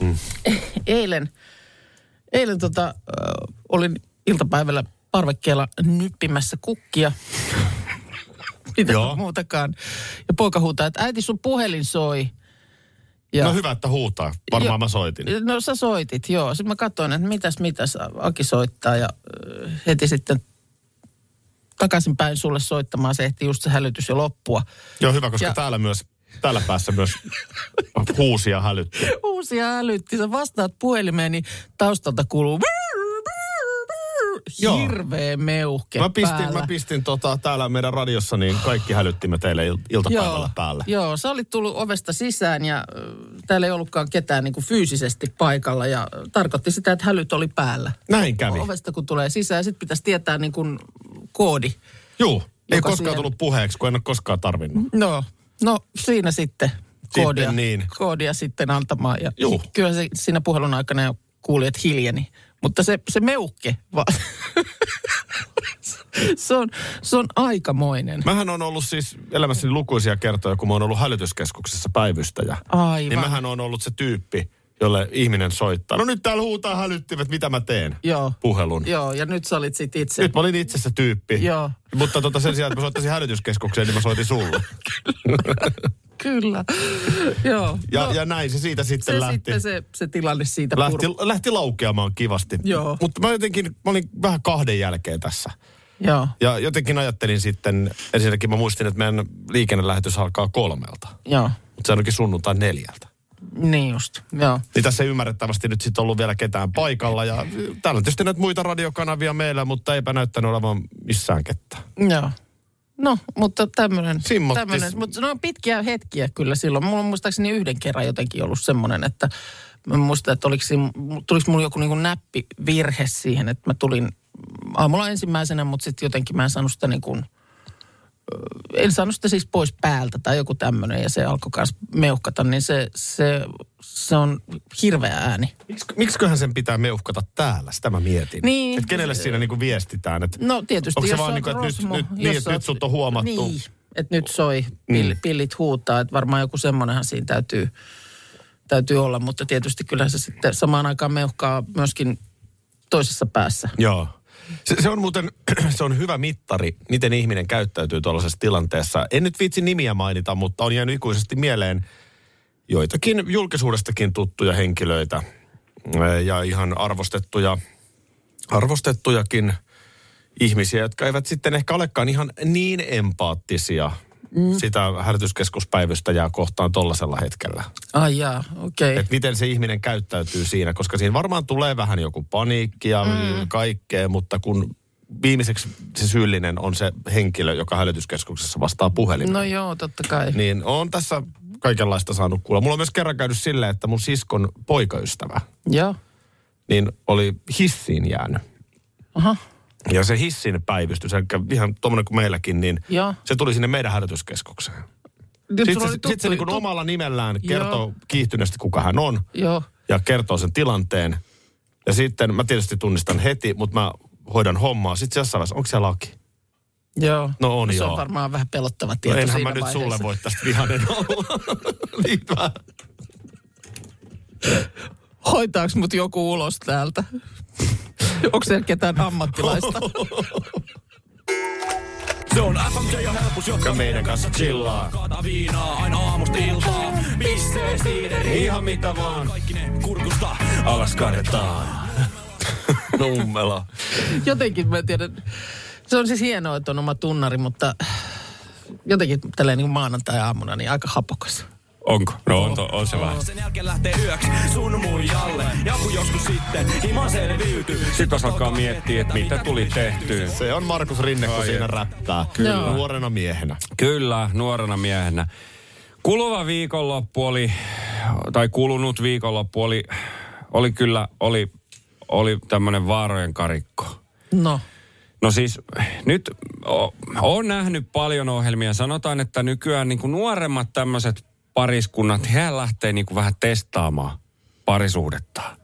mm. eilen, eilen tota, äh, olin iltapäivällä parvekkeella nyppimässä kukkia. Mitä Joo. muutakaan. Ja poika huutaa, että äiti sun puhelin soi. Ja, No hyvä, että huutaa. Varmaan Joo. mä soitin. No sä soitit, joo. Sitten mä katsoin, että mitäs, mitäs. Aki soittaa ja ö, heti sitten takaisinpäin sulle soittamaan. Se ehti just se hälytys jo loppua. Joo, hyvä, koska Ja- täällä myös, täällä päässä myös huusia hälytti. Uusia älytti. Sä vastaat puhelimeen, niin taustalta kuuluu... Joo. Hirveä meuhke Mä pistin, päällä. mä pistin tota, täällä meidän radiossa, niin kaikki hälyttimme teille il- iltapäivällä tota päälle. Joo, sä olit tullut ovesta sisään ja ö, täällä ei ollutkaan ketään niin kuin fyysisesti paikalla ja ö, tarkoitti sitä, että hälyt oli päällä. Näin kävi. Ovesta kun tulee sisään, sitten pitäisi tietää niin kuin koodi. Juu, ei Joka koskaan siihen- tullut puheeksi, kun en ole koskaan tarvinnut. No, no siinä sitten koodia, niin. koodia sitten antamaan. Ja Juu. Kyllä se, siinä puhelun aikana jo kuuli, että hiljeni. Mutta se, se meuhke vaan. se, on, se on aikamoinen. Mähän on ollut siis elämässäni lukuisia kertoja, kun mä oon ollut hälytyskeskuksessa päivystäjä. Aivan. Niin mähän on ollut se tyyppi, jolle ihminen soittaa. No nyt täällä huutaa hälyttimet, mitä mä teen? Joo. Puhelun. Joo, ja nyt sä olit sit itse. Nyt mä olin itse se tyyppi. Joo. Mutta tota sen sijaan, että mä soittaisin hälytyskeskukseen, niin mä soitin sulle. Kyllä. Joo. Ja, no, ja näin se siitä sitten se lähti. sitten se, se tilanne siitä lähti, purku. lähti laukeamaan kivasti. Joo. Mutta mä jotenkin, mä olin vähän kahden jälkeen tässä. Joo, Ja jotenkin ajattelin sitten, ensinnäkin mä muistin, että meidän liikennelähetys alkaa kolmelta. joo. Mutta se onkin sunnuntai neljältä. Niin just, joo. Niin tässä ei ymmärrettävästi nyt sitten ollut vielä ketään paikalla. Ja täällä on tietysti näitä muita radiokanavia meillä, mutta eipä näyttänyt olevan missään ketään. Joo. No, mutta tämmöinen. Simmottis. Mutta ne on no, pitkiä hetkiä kyllä silloin. Mulla on muistaakseni yhden kerran jotenkin ollut semmoinen, että mä en muista, että oliko, siinä- tuliko mulla joku niinku näppivirhe siihen, että mä tulin aamulla ensimmäisenä, mutta sitten jotenkin mä en saanut sitä niin kuin, en saanut sitä siis pois päältä tai joku tämmöinen ja se alkoi myös meuhkata, niin se, se, se on hirveä ääni. Miks, miksiköhän sen pitää meuhkata täällä? Sitä mä mietin. Niin. Et kenelle siinä niinku viestitään? Et No tietysti. Onko se jos vaan sä niinku, oot että nyt- Rosmo, nyt- jos niin, sä että oot- nyt sut on huomattu? Niin. Niin, että nyt soi, pill, pillit huutaa, että varmaan joku semmoinenhan siinä täytyy, täytyy olla, mutta tietysti kyllä se sitten samaan aikaan meuhkaa myöskin toisessa päässä. Joo. Se, se on muuten, se on hyvä mittari, miten ihminen käyttäytyy tuollaisessa tilanteessa. En nyt viitsi nimiä mainita, mutta on jäänyt ikuisesti mieleen joitakin julkisuudestakin tuttuja henkilöitä ö, ja ihan arvostettuja, arvostettujakin ihmisiä, jotka eivät sitten ehkä olekaan ihan niin empaattisia mm. sitä hälytyskeskuspäivystäjää kohtaan tuollaisella hetkellä. Ai jaa, okei. Okay. Että miten se ihminen käyttäytyy siinä, koska siinä varmaan tulee vähän joku paniikki ja mm. kaikkea, mutta kun viimeiseksi se syyllinen on se henkilö, joka hälytyskeskuksessa vastaa puhelimeen. No joo, totta kai. Niin. Niin on tässä kaikenlaista saanut kuulla. Mulla on myös kerran käynyt silleen, että mun siskon poikaystävä Joo, niin oli hissiin jäänyt. aha, Ja se hissin päivystys, eli ihan tuommoinen kuin meilläkin, niin joo. se tuli sinne meidän hälytyskeskukseen. Nyt Sitten sulla se, oli sit se tuttu- niin tut- omalla nimellään Joo. kertoo kiihtyneesti, kuka hän on. Joo, ja kertoo sen tilanteen. Ja sitten mä tietysti tunnistan heti, mutta mä hoidan hommaa. Sitten jossain vaiheessa, onko siellä No laki? joo. No on se joo. on varmaan vähän pelottava No tieto enhän siinä mä nyt vaiheessa. sulle voi tästä vihanen olla. niin vähän. Hoitaaks mut joku ulos täältä? Onko siellä ketään ammattilaista? Se on FMJ ja helpus, Ja jotka meidän kanssa chillaa. Kaata viinaa aina aamusta iltaan. Pissee siideri. Ihan mitä vaan. Kaikki ne kurkusta alas kadetaan. Nummela. jotenkin mä tiedän, se on siis hienoa, että on oma tunnari, mutta jotenkin tälleen niin maanantai-aamuna niin aika hapokas. Onko? No on to- on se vähän. Sen jälkeen lähtee yöksi sun muijalle. Ja kun joskus sitten himan selviytyy. Sitten jos alkaa miettiä, että mitä tuli tehtyä. Se on Markus Rinne, kun siinä räppää. Kyllä. Nuorena miehenä. Kyllä, nuorena miehenä. Kuluva viikonloppu oli, tai kulunut viikonloppu oli oli kyllä, oli, oli tämmöinen vaarojen karikko. No, No siis nyt o- oon nähnyt paljon ohjelmia. Sanotaan, että nykyään niin kuin nuoremmat tämmöiset pariskunnat, he lähtee niin kuin vähän testaamaan parisuhdettaan.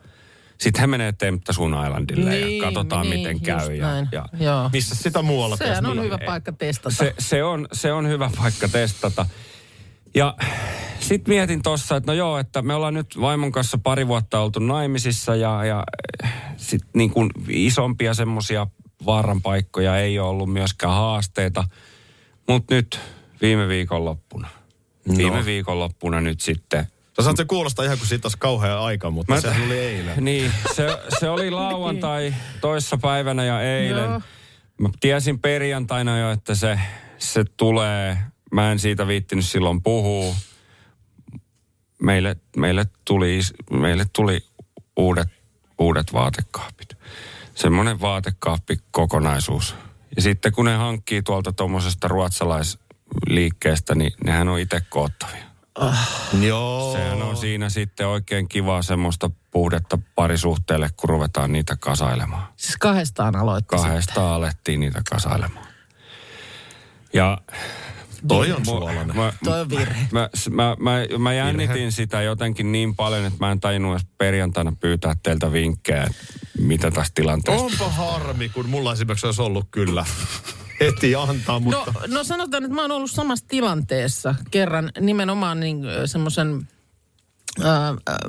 Sitten he menee Temptasun Islandille Niin, ja katsotaan, niin, miten just käy. Ja, näin. ja Joo. Missä sitä muualla sehän on testataan? hyvä paikka testata. se, se, on, se on hyvä paikka testata. Ja sitten mietin tossa, että no joo, että me ollaan nyt vaimon kanssa pari vuotta oltu naimisissa ja, ja sit niin kuin isompia semmosia vaaran paikkoja ei ole ollut myöskään haasteita. Mutta nyt viime viikonloppuna. No. Viime viikonloppuna nyt sitten. Sä No saat se kuulostaa ihan kuin siitä olisi kauhea aika, mutta Mä... sehän oli eilen. Niin, se, se oli lauantai toissapäivänä ja eilen. Joo. Joo. Mä tiesin perjantaina jo, että se, se tulee. Mä en siitä viittinyt silloin puhua. Meille, meille, tuli, is- meille tuli uudet, uudet vaatekaapit. Semmoinen vaatekaappikokonaisuus. Ja sitten kun ne hankkii tuolta tuommoisesta ruotsalaisliikkeestä, niin nehän on itse koottavia. Joo. Sehän on siinä sitten oikein kivaa semmoista puhdetta parisuhteelle, kun ruvetaan niitä kasailemaan. Siis kahdestaan aloitti sitten. Kahdesta alettiin niitä kasailemaan. Ja Toi on suolainen. mä, Toi on virhe. mä, mä, mä, mä jännitin sitä jotenkin niin paljon, että mä en tajunnut edes perjantaina pyytää teiltä vinkkejä, että mitä tässä tilanteessa. Onpa harmi, kun mulla esimerkiksi olisi ollut kyllä heti antaa, mutta... No, no sanotaan, että mä oon ollut samassa tilanteessa kerran nimenomaan niin, semmoisen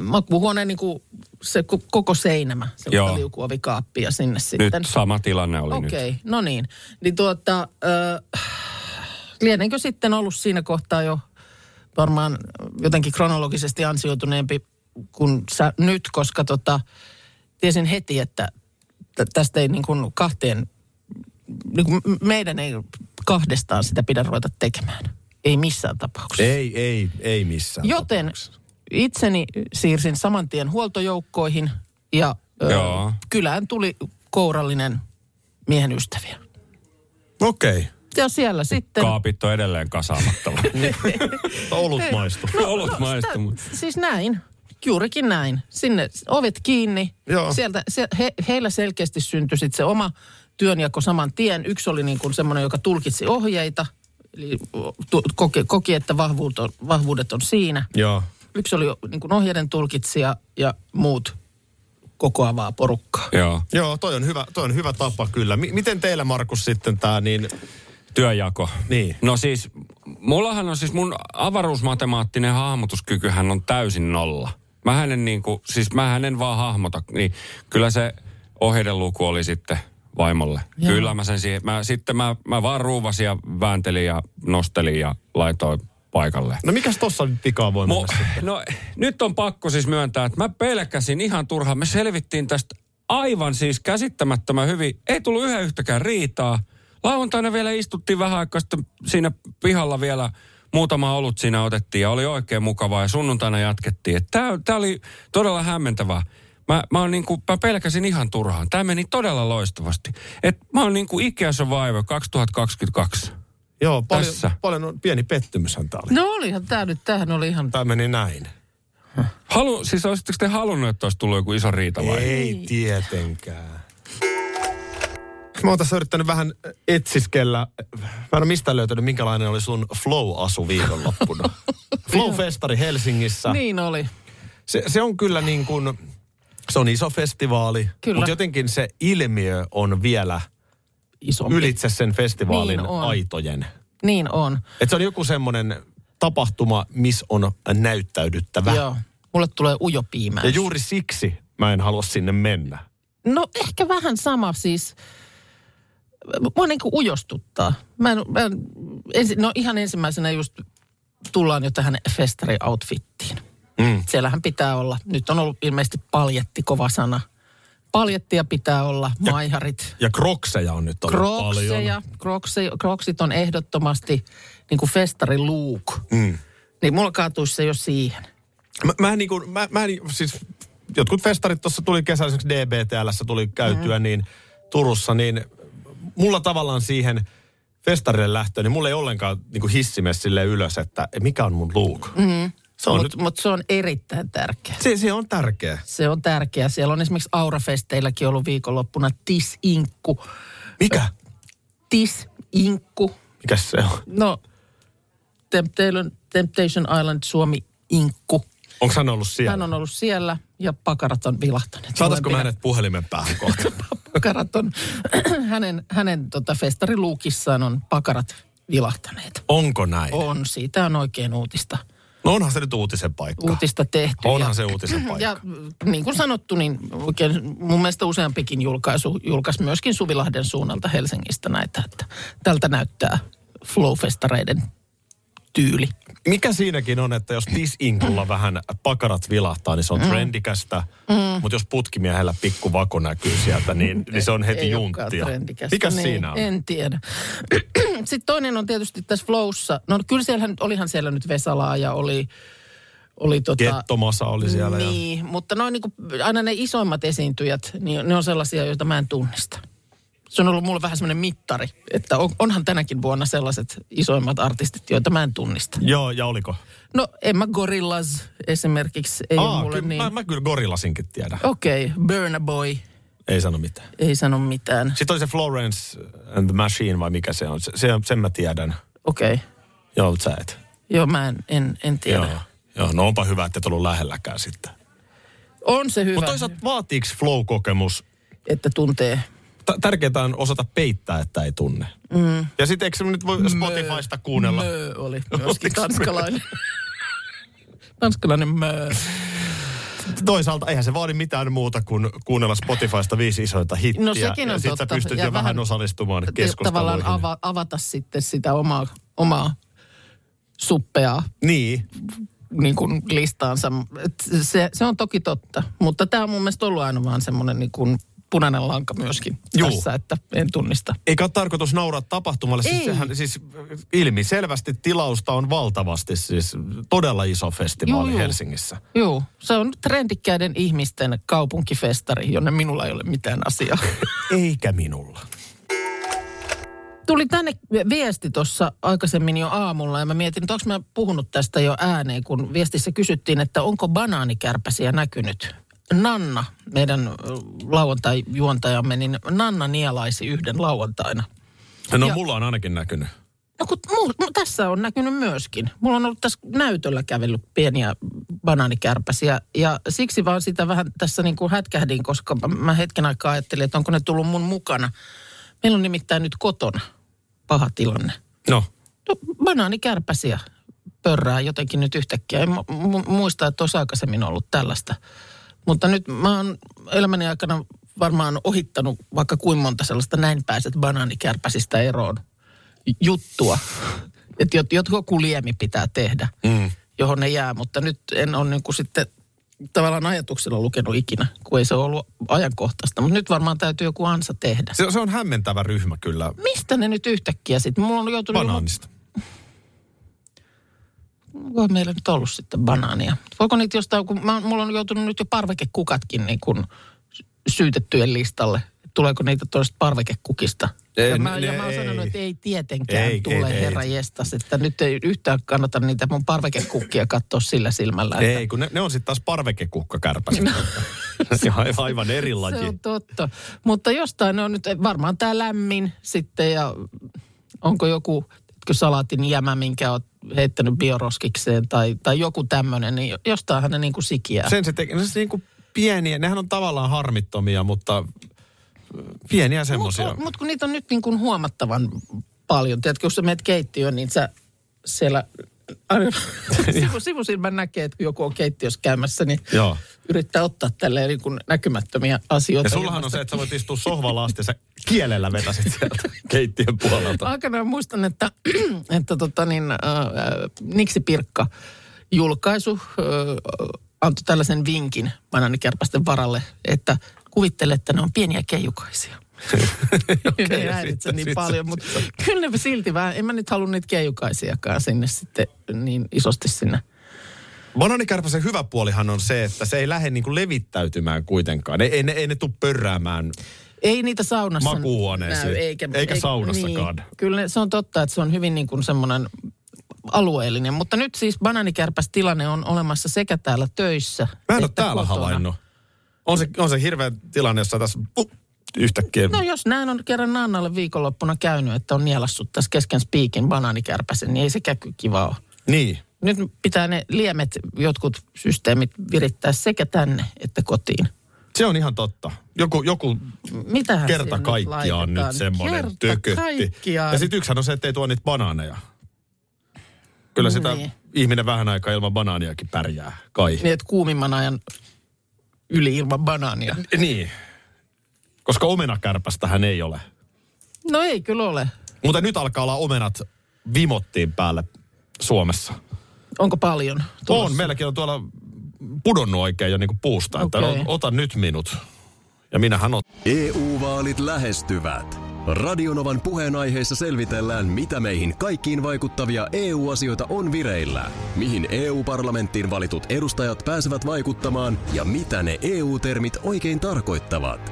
makuuhuoneen niin kuin se ko- koko seinämä, Joo. semmoista liukuovikaappia sinne Nyt sitten. sama tilanne oli nyt. Okei, no niin. Niin tuota, äh, lienenkö sitten ollut siinä kohtaa jo varmaan jotenkin kronologisesti ansioituneempi kuin sä nyt, koska tota, tiesin heti, että t- tästä ei niin kuin kahteen, niin kuin m- meidän ei kahdestaan sitä pidä ruveta tekemään. Ei missään tapauksessa. Ei, ei, ei missään. Joten itseni siirsin saman tien huoltojoukkoihin ja ö, Joo. kylään tuli kourallinen miehen ystäviä. Okei. Okay. Ja siellä sitten... Kaapit on edelleen kasaamatta. Olut maistu. No, Ollut maistu, mutta Siis näin, juurikin näin. Sinne ovet kiinni. Joo. Sieltä, se, he, heillä selkeästi syntyi sitten se oma työnjako saman tien. Yksi oli niin kuin semmoinen, joka tulkitsi ohjeita. Eli tu, koki, koki, että vahvuudet on, vahvuudet on siinä. Joo. Yksi oli niin kuin ohjeiden tulkitsija ja muut kokoavaa porukkaa. joo, Joo, toi on hyvä, toi on hyvä tapa kyllä. M- miten teillä, Markus, sitten tämä niin... työjako. Niin. No siis, mullahan on siis mun avaruusmatemaattinen hahmotuskykyhän on täysin nolla. Mä en niin kuin, siis mä en vaan hahmota, niin kyllä se ohjeiden luku oli sitten vaimolle. Joo. Joo. Kyllä mä sen siihen, mä, sitten mä, mä vaan ruuvasin ja vääntelin ja nostelin ja laitoin paikalle. No mikäs tossa nyt pikaa voi mennä? Mo, no nyt on pakko siis myöntää, että mä pelkäsin ihan turhaan. Me selvittiin tästä aivan siis käsittämättömän hyvin. Ei tullut yhden yhtäkään riitaa. Lauantaina vielä istuttiin vähän aikaa sitten siinä pihalla vielä muutama olut siinä otettiin ja oli oikein mukavaa ja sunnuntaina jatkettiin. Tämä oli todella hämmentävää. Mä, mä, oon niinku, mä pelkäsin ihan turhaan. Tämä meni todella loistavasti. Et mä oon niinku ikässä vaiva 2022. Joo, paljon, tässä. paljon on pieni pettymyshän tää oli. No olihan tämä nyt, tämähän oli ihan... Tää meni näin. Halu, siis olisitteko te halunnut, että olisi tullut joku iso riita vai? Ei tietenkään. Mä oon tässä yrittänyt vähän etsiskellä. Mä en ole mistään löytänyt, minkälainen oli sun flow-asu viikonloppuna. Flow-festari Helsingissä. Niin oli. Se, se on kyllä niin kuin, se on iso festivaali. Kyllä. Mutta jotenkin se ilmiö on vielä Isompi. ylitse sen festivaalin Niin on. aitojen. Niin on. Et se on joku semmoinen tapahtuma, missä on näyttäydyttävä. Joo. Mulle tulee ujo piimää. Ja juuri siksi mä en halua sinne mennä. No ehkä vähän sama siis. Mua niin kuin ujostuttaa. Mä en, mä en, ensi, no ihan ensimmäisenä just tullaan jo tähän festari-outfittiin. Mm. Siellähän pitää olla, nyt on ollut ilmeisesti paljetti kova sana. Paljettia pitää olla, maiharit, Ja krokseja on nyt ollut krokseja. Krokse, kroksit on ehdottomasti niin kuin festariluuk. Mm. Niin mulla kaatuisi se jo siihen. Mä, mä, en niinku, mä, mä en, siis jotkut festarit tuossa tuli kesällä, esimerkiksi DBTLssä tuli käytyä, Mm-hmm. mm. niin Turussa, niin mulla tavallaan siihen festarille lähtöön, niin mulla ei ollenkaan niinku hissimessä sille ylös, että mikä on mun luuk. Mm. Se on Mutta nyt- mut se on erittäin tärkeä. Se, se on tärkeä. Se on tärkeä. Siellä on esimerkiksi Aurafesteilläkin ollut viikonloppuna tisinkku. Mikä? Tisinkku. Mikäs se on? No, Temptation, Temptation Island Suomi inkku. Onko hän ollut siellä? Hän on ollut siellä ja pakarat on vilahtaneet. Saataisiko mä Molempia. hänet puhelimen päähän kohta? Pakarat on, hänen, hänen tota festariluukissaan on pakarat vilahtaneet. Onko näin? On, siitä on oikein uutista, No onhan se nyt uutisen paikka. uutista tehty. Onhan ja, se uutisen paikka. ja niin kuin sanottu, niin oikein mun mielestä useampikin julkaisu julkaisi myöskin Suvilahden suunnalta Helsingistä näitä, että tältä näyttää Flowfestareiden tyyli. Mikä siinäkin on, että jos disinkulla vähän pakarat vilahtaa, niin se Mm. on trendikästä. Mutta jos putkimiehellä pikku vako näkyy sieltä, niin, niin se on heti Ei olekaan junttia. trendikästä. Mikä niin, siinä on? En tiedä. Sitten toinen on tietysti tässä Flowssa. No kyllä siellähän, olihan siellä nyt Vesalaa ja oli... oli tota, Gettomasa oli siellä. Ja... Niin, mutta noin niin kuin, aina ne isoimmat esiintyjät, niin ne on sellaisia, joita mä en tunnista. Se on ollut mulle vähän semmoinen mittari, että on, onhan tänäkin vuonna sellaiset isoimmat artistit, joita mä en tunnista. Joo, ja oliko? No Emma Gorillaz esimerkiksi ei ole Aa, mulle kyllä, niin. Oh. mä, mä kyllä gorillasinkin tiedän. Okei, okay, Burna Boy, Ei sano mitään. ei sano mitään. Sitten oli se Florence and the Machine vai mikä se on. Se, se, sen mä tiedän. Okei, okay. Joo, mut sä et. joo mä en, en, en tiedä. Joo. Joo. Joo, no onpa hyvä, että et ollut lähelläkään sitten. On se hyvä, Mutta toisaalta vaatiiko flow-kokemus että tuntee. t- tärkeintä on osata peittää, että ei tunne. Mm. Ja sitten eikö se nyt voi Spotifysta kuunnella? Mö oli myöskin Oliks mö? tanskalainen. tanskalainen mö. Toisaalta eihän se vaadi mitään muuta kuin kuunnella Spotifysta viisi isointa hittiä. No sekin on ja sit sä totta. pystyt Ja jo vähän vähän- osallistumaan Ja keskusteluihin. Tavallaan ava, avata sitten sitä omaa, omaa suppeaa Niin. niin kuin listaansa. Et se, se on toki totta, mutta tämä on mun mielestä ollut aina vaan semmoinen niin kuin punainen lanka myöskin Juu. Juu. tässä, että en tunnista. Eikä ole tarkoitus nauraa tapahtumalle. Siis, Ei. sehän, siis ilmi selvästi tilausta on valtavasti. Siis todella iso festivaali Juu, juu. Helsingissä. Joo, se on trendikkäiden ihmisten kaupunkifestari, jonne minulla ei ole mitään asiaa. Eikä minulla. Tuli tänne viesti tuossa aikaisemmin jo aamulla ja mä mietin, että onko mä puhunut tästä jo ääneen, kun viestissä kysyttiin, että onko banaanikärpäsiä näkynyt. Nanna, meidän ö, lauantai-juontajamme, niin Nanna nielaisi yhden lauantaina. No Ja- mulla on ainakin näkynyt. No kun mu, mu, tässä on näkynyt myöskin. Mulla on ollut tässä näytöllä kävellyt pieniä banaanikärpäsiä ja siksi vaan sitä vähän tässä niin kuin hätkähdin, koska mä- mä hetken aikaa ajattelin, että onko ne tullut mun mukana. Meillä on nimittäin nyt kotona paha tilanne. No, No, banaanikärpäsiä pörrää jotenkin nyt yhtäkkiä. En mu- mu- muista, että olisi aikaisemmin ollut tällaista. Mutta nyt mä oon elämäni aikana varmaan ohittanut vaikka kuinka monta sellaista näin pääset banaanikärpäsistä eroon juttua. Että jot, jot, joku liemi pitää tehdä, mm. johon ne jää. Mutta nyt en ole niin kuin sitten tavallaan ajatuksella lukenut ikinä, kun ei se ole ollut ajankohtaista. Mutta nyt varmaan täytyy joku ansa tehdä. se, se on hämmentävä ryhmä kyllä. Mistä ne nyt yhtäkkiä sitten? Mulla on joutunut Banaanista. Onkohan meillä nyt ollut sitten banaania? Voiko niitä jostain, kun mä, mulla on joutunut nyt jo parvekekukatkin niin kuin sy- syytettyjen listalle. Tuleeko niitä tuosta parvekekukista? Ei, ja mä, ne- ja mä oon ei. sanonut, että ei tietenkään Ei, ei, tule, ei, ei, ei. herra jestas. Että nyt ei yhtään kannata niitä mun parvekekukkia katsoa sillä silmällä. että- Ei, kun ne, ne on sitten taas parvekekukkakärpäset. aivan, aivan eri laji. No. Se on totta. Mutta jostain ne on nyt, varmaan tämä lämmin sitten ja onko joku tiedätkö, salaatin jämä, minkä oot heittänyt bioroskikseen tai, tai joku tämmöinen, niin jostainhan ne niin kuin sikiää. Sen se tekee, ne on niinku pieniä, nehän on tavallaan harmittomia, mutta äh, pieniä semmosia. Mutta mut kun niitä on nyt niin kuin huomattavan paljon. Tiedätkö, kun sä menet keittiöön, niin sä siellä aina sivu, sivusilmän näkee, että kun joku on keittiössä käymässä, niin Joo. yrittää ottaa tälleen niin kuin näkymättömiä asioita. Ja sullahan on se, että sä voit istua sohvalla asti ja sä kielellä vetäsit sieltä keittiön puolelta. Aikanaan muistan, että, että tota niin, äh, Niksi Pirkka julkaisu äh, antoi tällaisen vinkin bananikärpästen varalle, että kuvittele, että ne on pieniä keijukaisia. okay, ne ei ja häiritse sitten- niin sitten- paljon, mutta kyllä ne silti vähän, en mä nyt halua niitä keijukaisiakaan sinne sitten niin isosti sinne. Bananikärpäsen hyvä puolihan on se, että se ei lähde niinku levittäytymään kuitenkaan. Ei, ei, ne, ei ne tuu pörräämään. Ei niitä saunassa Makuuhuoneisiin, eikä saunassakaan. Niin, kyllä se on totta, että se on hyvin niin kuin semmoinen alueellinen. Mutta nyt siis banaanikärpäs tilanne on olemassa sekä täällä töissä Mä en ole että täällä kotona. havainnut. On se, on se hirveä tilanne, jossa tässä uh, yhtäkkiä... No jos näin on kerran Nannalle viikonloppuna käynyt, että on nielassut tässä kesken spiikin banaanikärpäsen, niin ei sekään kyllä kiva ole. Niin. Nyt pitää ne liemet, jotkut systeemit virittää sekä tänne että kotiin. Se on ihan totta. Joku, joku Mitähän kerta sinne kaikkiaan nyt laitetaan? semmoinen Kerta tökötti. kaikkiaan. Ja sitten yksihän on se, ettei tuo niitä banaaneja. Kyllä sitä Niin. ihminen vähän aikaa ilman banaaniakin pärjää, kai. Niin, että kuumimman ajan yli ilman banaania. Niin. Koska omenakärpästähän ei ole. No ei kyllä ole. Mutta nyt alkaa olla omenat vimottiin päälle Suomessa. Onko paljon? Tulossa. On, meilläkin on tuolla pudonnut oikein jo niin kuin puusta, okay. Okei. että no, ota nyt minut. Ja minähän ot... EU-vaalit E lähestyvät. Radionovan puheenaiheessa selvitellään, mitä meihin kaikkiin vaikuttavia EU-asioita on vireillä, mihin EU-parlamenttiin valitut edustajat pääsevät vaikuttamaan ja mitä ne EU-termit oikein tarkoittavat.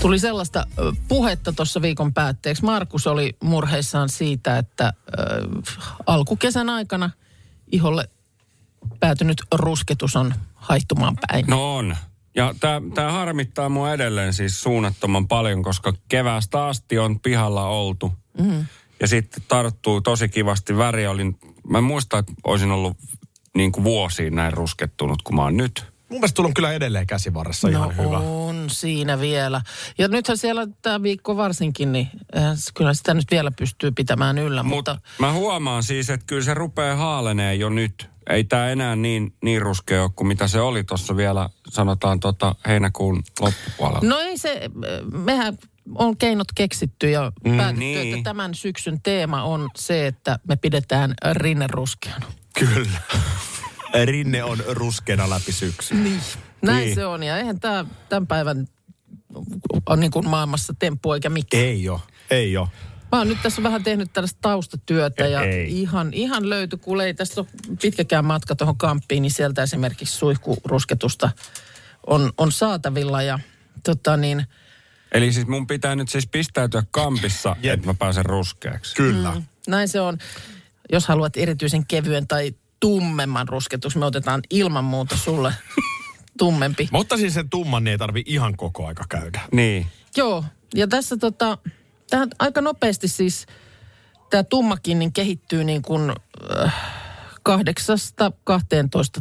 Tuli sellaista ö, puhetta tuossa viikon päätteeksi. Markus oli murheissaan siitä, että ö, alkukesän aikana iholle päätynyt rusketus on haihtumaan päin. No on. Ja tämä harmittaa mua edelleen siis suunnattoman paljon, koska keväästä asti on pihalla oltu. Mm-hmm. Mm. Ja sitten tarttuu tosi kivasti väriä. Olin, mä en muista, että olisin ollut niin kuin vuosiin näin ruskettunut kuin mä oon nyt. Mun mielestä tulla on kyllä edelleen käsivarressa no, ihan hyvä. on siinä vielä. Ja nythän siellä tämä viikko varsinkin, niin eihän s- kyllä sitä nyt vielä pystyy pitämään yllä. Mut Mutta, mä huomaan siis, että kyllä se rupeaa haalenee jo nyt. Ei tämä enää niin, niin ruskea ole kuin mitä se oli tuossa vielä, sanotaan tota heinäkuun loppupuolella. no ei se, mehän on keinot keksitty ja Mm, päätetty, niin. että tämän syksyn teema on se, että me pidetään rinne ruskeana. Kyllä. Rinne on ruskena läpi syksy. Niin. Näin Niin. niin. se on, ja eihän tämä tämän päivän on niin kuin maailmassa temppu eikä mikään. Ei oo, ei oo. Mä oon nyt tässä vähän tehnyt tällaista taustatyötä ja Ei. ihan, ihan löyty, kun ei tässä ole pitkäkään matka tuohon kamppiin, niin sieltä esimerkiksi suihkurusketusta on, on saatavilla ja tota niin, Eli siis mun pitää nyt siis pistäytyä kampissa, Jep. että mä pääsen ruskeaksi. Kyllä. Mm. näin se on. Jos haluat erityisen kevyen tai tummemman rusketus, me otetaan ilman muuta sulle tummempi. Mä ottaisin sen tumman, niin ei tarvi ihan koko aika käydä. Niin. Joo, ja tässä tota, tähän aika nopeasti siis tämä tummakin niin kehittyy niin kuin äh, 8-12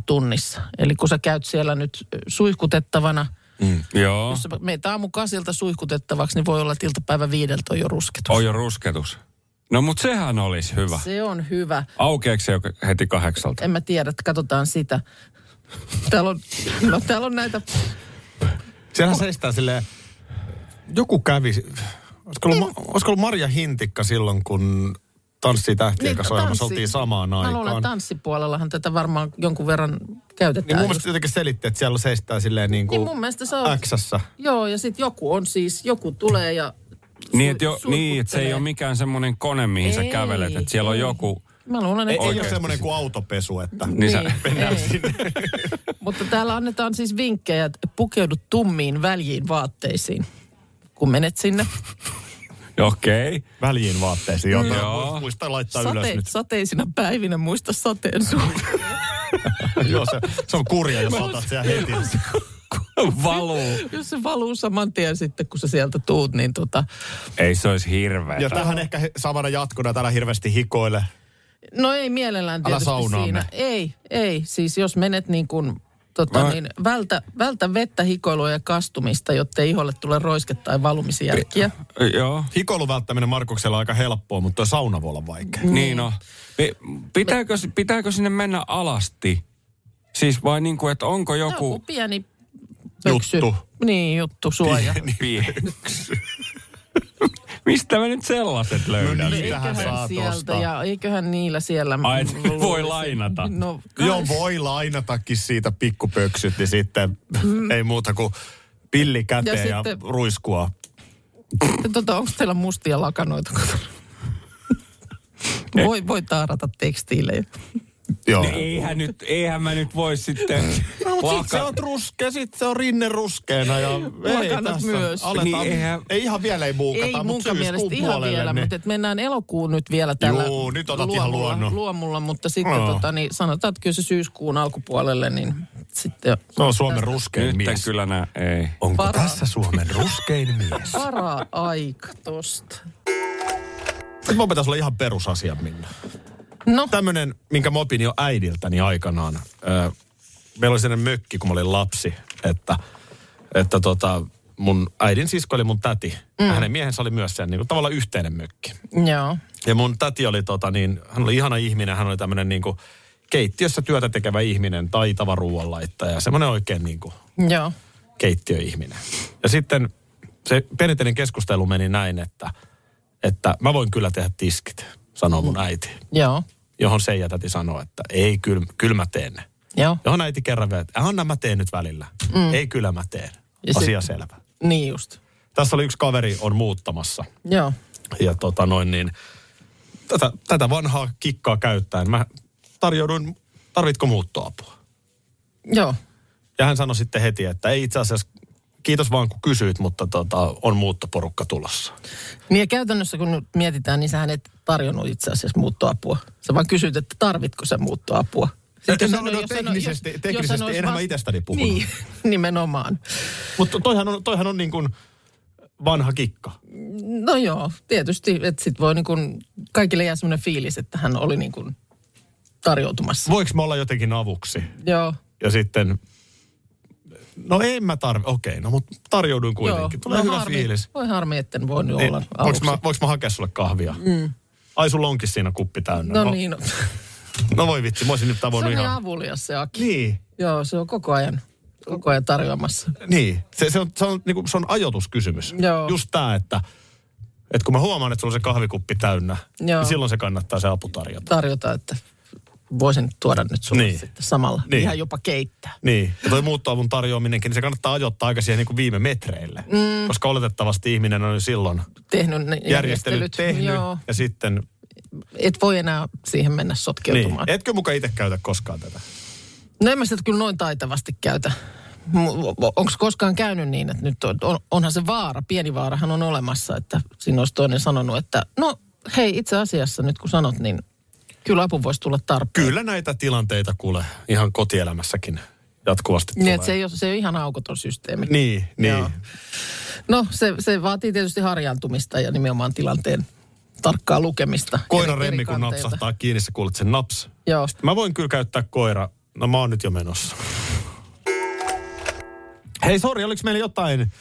tunnissa. Eli kun sä käyt siellä nyt äh, suihkutettavana, Joo. jos sä meet aamu kasilta suihkutettavaksi, niin voi olla, että iltapäivä viideltä on jo rusketus. On jo rusketus. No mut sehän olisi hyvä. Se on hyvä. Aukeeko se jo heti kahdeksalta? En mä tiedä, että katsotaan sitä. Täällä on, no, täällä on näitä, Siellähän seistää silleen, joku kävi, olisiko Niin. ollut, Ma- olisiko ollut Marja Hintikka silloin, kun Tanssii tähtien Niin, kanssa ohjelmassa tanssi- oltiin samaan mä luulen, aikaan. että tanssipuolellahan tätä varmaan jonkun verran käytetään. Niin mun just. mielestä jotenkin selitti, että siellä seistää silleen niin kuin Niin mun mielestä se on- X-ssä. Joo, ja sitten joku on siis, joku tulee ja Niin, että jo, suihkuttelee. niin, et se ei ole mikään semmoinen kone, mihin ei, sä Ei, kävelet. Että siellä on ei. joku... Mä luulen, Ei, että... ei ole Oikeasti semmoinen kuin autopesu, että... Niin sä, ei. Mutta täällä annetaan siis vinkkejä, että pukeudu tummiin väljiin vaatteisiin, kun menet sinne. okei. Okay. Väliin vaatteisiin. Joo. Joo. Joo. Muista laittaa Sate. ylös Sate, nyt. sateisina päivinä muista sateen suun. Joo, se, se on kurja, jos otat sen heti. valuu. Jos se valuu saman tien sitten, kun sä sieltä tuut, niin tota... Ei se olisi hirveä. Ja tähän ehkä he- samana jatkona täällä hirveästi hikoille. No ei mielellään Älä tietysti saunaa siinä. mene. Ei, ei. Siis jos menet niin kuin, tota, Mä- niin, vältä, vältä vettä, hikoilua ja kastumista, jotta iholle tulee roiske tai valumisjälkiä. Joo. Hikoilun välttäminen Markuksella on aika helppoa, mutta tuo sauna voi olla No vaikea. Niin on. Pi- Pitääkö, pitääkö sinne mennä alasti? Siis vai niin kuin, että onko Joku joku... pieni pöksy. Juttu. Niin, juttu, suoja. Pieksy. Mistä mä nyt sellaiset No löydän? niin. Mitähän saa Eiköhän sieltä tosta? ja eiköhän niillä siellä... Ai, et luulisi- voi lainata. No, Joo, voi lainatakin siitä pikkupöksyt, niin sitten ei muuta kuin pilli käteen ja, Mm. Ja ja sitten- ruiskua. Tota, onko teillä mustia lakanoita kotona? Voi, voi taarata tekstiilejä. Joo. Niin, Niin. Eihän, nyt, eihän mä nyt voi sitten... No, mutta sit laka- se on ruskea, sit se on rinne ruskeena ja ei Lakanat tässä. myös. Aletaan, Niin, eihän- ei ihan vielä ei muukata, Ei mutta munkaan mielestä syyskuun ihan puolelle. vielä, niin. mutta et mennään elokuun nyt vielä tällä Juu, nyt otat ihan luonnon. luomulla, mutta sitten Joo. tota, niin sanotaan, että kyllä se syyskuun alkupuolelle, niin sitten Se on Suomen ruskein Nyt en mies. kyllä nää, ei. Onko Varaa. tässä Suomen ruskein mies? paraa aika tosta. Nyt mun pitäisi olla ihan perusasia, Minna. No, Tämmönen, minkä mä opin jo äidiltäni aikanaan. Ö, meillä oli sellainen mökki, kun mä olin lapsi, että, että tota, mun äidin sisko oli mun täti. Mm. Hänen miehensä oli myös sen niin kuin, tavallaan yhteinen mökki. joo. Ja mun täti oli tota niin, hän oli ihana ihminen, hän oli tämmöinen niin kuin keittiössä työtä tekevä ihminen, taitava ruoanlaittaja, semmoinen oikein niin kuin Joo. keittiöihminen. Ja sitten se perinteinen keskustelu meni näin, että, että mä voin kyllä tehdä tiskit, sanoo mun äiti. Joo. Johon Seija täti sanoi, että ei, kyllä, kyllä mä teen ne. Joo. Johon äiti kerran vielä, että anna mä teen nyt välillä. Mm. Ei, kyllä mä teen. Ja Asia selvä. Niin just. Tässä oli yksi kaveri on muuttamassa Joo. ja tota noin niin, tätä, tätä vanhaa kikkaa käyttäen mä tarjouduin, tarvitko muuttoapua? Joo. Ja hän sanoi sitten heti, että ei itse asiassa, kiitos vaan kun kysyit, mutta tota, on muuttoporukka tulossa. Niin ja käytännössä kun nyt mietitään, niin sähän et tarjonnut itse asiassa muuttoapua. Sä vaan kysyit, että tarvitko sä muuttoapua. No, hän- no, hän- teknisesti- jos- jos teknisesti hän olisi enhän mä vast- itsestäni puhunut. Niin, nimenomaan. Mutta toihan on, toihan on niin kuin vanha kikka. No joo, tietysti, että sit voi niin kuin, kaikille jää semmoinen fiilis, että hän oli niin kuin tarjoutumassa. Voiko mä olla jotenkin avuksi? Joo, Ja sitten, no en mä tarvi, okei, no mutta tarjouduin kuitenkin. joo. Tulee no hyvä harmi, fiilis. Voi harmi, etten voinut Niin, olla voinko aluksi. mä, voinko mä hakea sulle kahvia? Mm. Ai sulla onkin siinä kuppi täynnä. No, niin, no. No voi vitsi, mä olisin nyt se on tavoinut ihan... niin ihan... avulias se Aki. Niin, Joo, se on koko ajan, koko ajan tarjoamassa. niin. Se, se, on, se, on, niin kuin, se on ajoituskysymys. Joo. Just tämä, että, että kun mä huomaan, että sulla on se kahvikuppi täynnä, Joo. niin silloin se kannattaa se apu tarjota. Tarjota, että voisin tuoda nyt sulle Niin. niin. sitten samalla. Niin. Niin. Ihan jopa keittää. Niin, ja toi muuttoavun tarjoaminenkin, niin se kannattaa ajoittaa aika siihen niin kuin viime metreille. Mm. Koska oletettavasti ihminen on jo silloin Tehnyt ne järjestelyt järjestelyt. tehnyt Joo. ja sitten... Et voi enää siihen mennä Niin. sotkeutumaan. Etkö muka itse käytä koskaan tätä? No en mä sitä kyllä noin taitavasti käytä. Onko koskaan käynyt niin, että nyt on, on, onhan se vaara, pieni vaarahan on olemassa, että siinä olisi toinen sanonut, että no hei itse asiassa nyt kun sanot, niin kyllä apu voisi tulla tarpeen. Kyllä näitä tilanteita kuule ihan kotielämässäkin jatkuvasti Niin, tulee. että se ei ole, se ei ole ihan aukoton systeemi. Niin, niin. Joo. No se, se vaatii tietysti harjaantumista ja nimenomaan tilanteen tarkkaa lukemista. Koiran Eri- eri remmi, kun kanteilta. napsahtaa kiinni, sä kuulet sen naps. Joo. Mä voin kyllä käyttää koira. No mä oon nyt jo menossa. Hei, sori, oliko meillä jotain?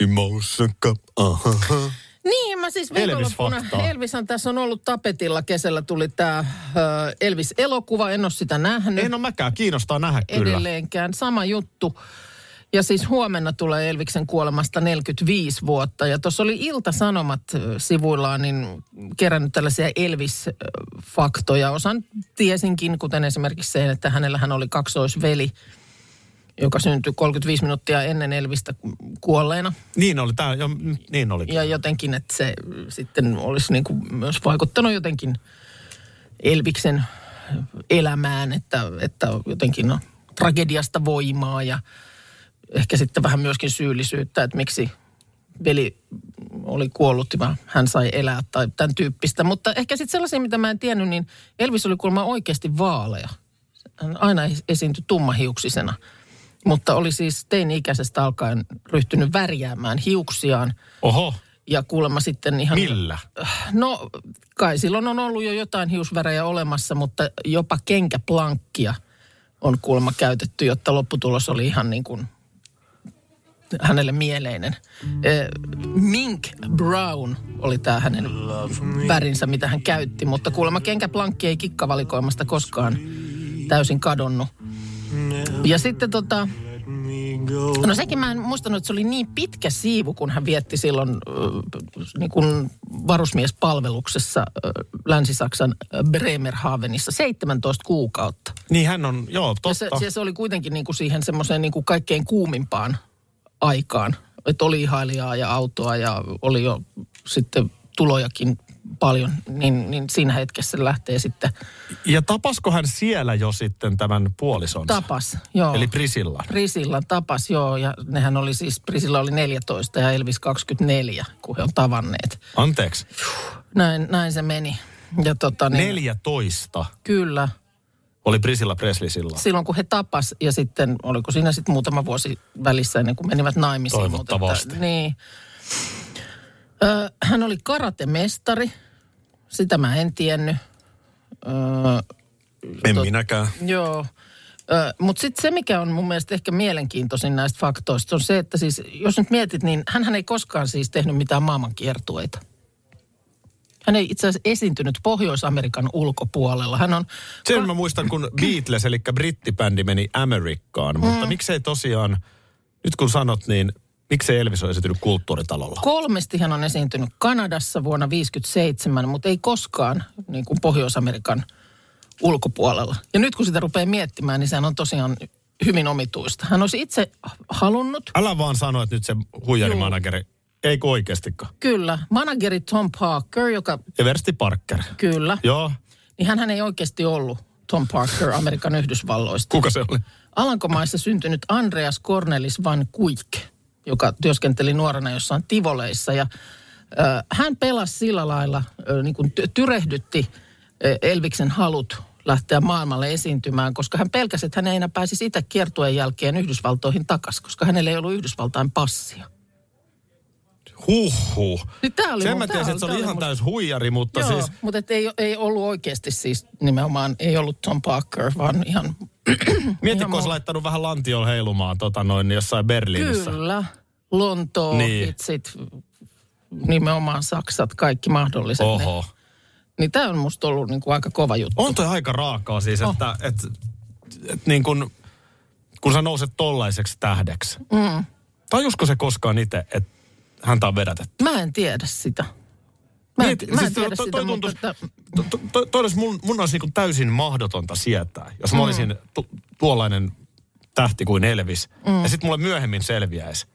Emotion cup, aha. Niin, mä siis viikonloppuna, Elvis-faktaa. Elvishan tässä on ollut tapetilla, kesällä tuli tämä Elvis-elokuva, en ole sitä nähnyt. En ole mäkään, kiinnostaa nähdä kyllä. edelleenkään. Sama juttu. Ja siis huomenna tulee Elviksen kuolemasta 45 vuotta. Ja tuossa oli Ilta-Sanomat ö, sivuillaan niin kerännyt tällaisia Elvis-faktoja. Osan tiesinkin, kuten esimerkiksi sen, että hänellä hän oli kaksoisveli, joka syntyi 35 minuuttia ennen Elvistä kuolleena. Niin oli, tää, jo, niin oli. Ja jotenkin, että se sitten olisi niin kuin myös vaikuttanut jotenkin Elviksen elämään, että, että jotenkin no, tragediasta voimaa ja ehkä sitten vähän myöskin syyllisyyttä, että miksi veli oli kuollut ja hän sai elää tai tämän tyyppistä. Mutta ehkä sitten sellaisia, mitä mä en tiennyt, niin Elvis oli kuulemma oikeasti vaaleja. Hän aina esiintyi tummahiuksisena. Mutta oli siis teini-ikäisestä alkaen ryhtynyt värjäämään hiuksiaan Oho, ja kuulemma sitten ihan... millä? No kai silloin on ollut jo jotain hiusvärejä olemassa, mutta jopa kenkäplankkia on kuulemma käytetty, jotta lopputulos oli ihan niin kuin hänelle mieleinen. Eh, Mink Brown oli tämä hänen värinsä, mitä hän käytti, mutta kuulemma kenkäplankki ei kikkavalikoimasta koskaan täysin kadonnut. Ja sitten tota, No sekin mä en muistanut, että se oli niin pitkä siivu, kun hän vietti silloin äh, niin kuin varusmiespalveluksessa äh, Länsi-Saksan äh, Bremerhavenissa 17 kuukautta. Niin hän on, joo, Ja totta. se, ja se oli kuitenkin niin kuin siihen semmoiseen niin kuin kaikkein kuumimpaan aikaan. Että oli ihailijaa ja autoa ja oli jo sitten tulojakin paljon, niin, niin siinä hetkessä se lähtee sitten Ja tapasko hän siellä jo sitten tämän puolisonsa? tapas. Joo. Eli Prisilla. Prisilla tapas, joo, ja nehän oli siis, Prisilla oli 14 ja Elvis 24, kun he on tavanneet. Anteeksi. Näin, näin se meni. Ja tota niin, 14 kyllä, oli Prisilla Preslisilla. silloin kun he tapas ja sitten, oliko siinä sitten muutama vuosi välissä ennen kuin menivät naimisiin. mutta että- Toivottavasti. niin. Ö, hän oli karatemestari, sitä mä en tiennyt. Ö, En tot- minäkään. Joo. Mutta sitten se, mikä on mun mielestä ehkä mielenkiintoisin näistä faktoista, on se, että siis, jos nyt mietit, niin hän ei koskaan siis tehnyt mitään maailmankiertueita. Hän ei itse asiassa esiintynyt Pohjois-Amerikan ulkopuolella. Hän on, Sen mä muistan, kun Beatles, eli brittibändi, meni Amerikkaan. Mutta Mm. miksei tosiaan, nyt kun sanot, niin miksei Elvis ole esiintynyt kulttuuritalolla? kolmesti hän on esiintynyt Kanadassa vuonna 1957, mutta ei koskaan niin kuin Pohjois-Amerikan ulkopuolella. Ja nyt kun sitä rupeaa miettimään, niin sehän on tosiaan hyvin omituista. Hän olisi itse halunnut, Älä vaan sano, että nyt se huijarimanageri, ei kun oikeastikaan. kyllä, manageri Tom Parker, joka Eversti Parker. kyllä, Joo, niin hän ei oikeasti ollut Tom Parker Amerikan Yhdysvalloista. kuka se oli? Alankomaissa syntynyt Andreas Cornelis van Kuik, joka työskenteli nuorena jossain tivoleissa. Ja, ö, hän pelasi sillä lailla, ö, niin kuin ty- tyrehdytti ö, Elviksen halut lähteä maailmalle esiintymään, koska hän pelkäsi, että hän ei enää pääsisi itse kiertueen jälkeen Yhdysvaltoihin takaisin, koska hänellä ei ollut Yhdysvaltain passia. Huhhuh. Niin tää oli Sen mun- mä tää tiesin, että se tää oli ihan mun- täys huijari, mutta Joo, siis... mutta et ei, ei ollut oikeasti siis nimenomaan, ei ollut Tom Parker, vaan ihan Mieti, Ihan kun olisi muu- laittanut vähän lantiolla heilumaan tota noin, jossain Berliinissä. Kyllä. Lontoo, Niin. niin. itsit, nimenomaan Saksat, kaikki mahdolliset. Ne. Oho. Niin tämä on musta ollut niinku aika kova juttu. On toi aika raakaa siis, No. että et, et niin kun, kun sä nouset tollaiseksi tähdeksi. Mm. Tajusko se koskaan itse, että häntä on vedätetty? Mä en tiedä sitä. Mä Niin, en, siis mä en tiedä sitä, mutta... Että, to, to, to, to, olisi mun, mun olisi niin kuin täysin mahdotonta sietää, jos Mm. mä olisin tu, tuollainen tähti kuin Elvis. Mm. Ja sitten mulle myöhemmin selviäisi,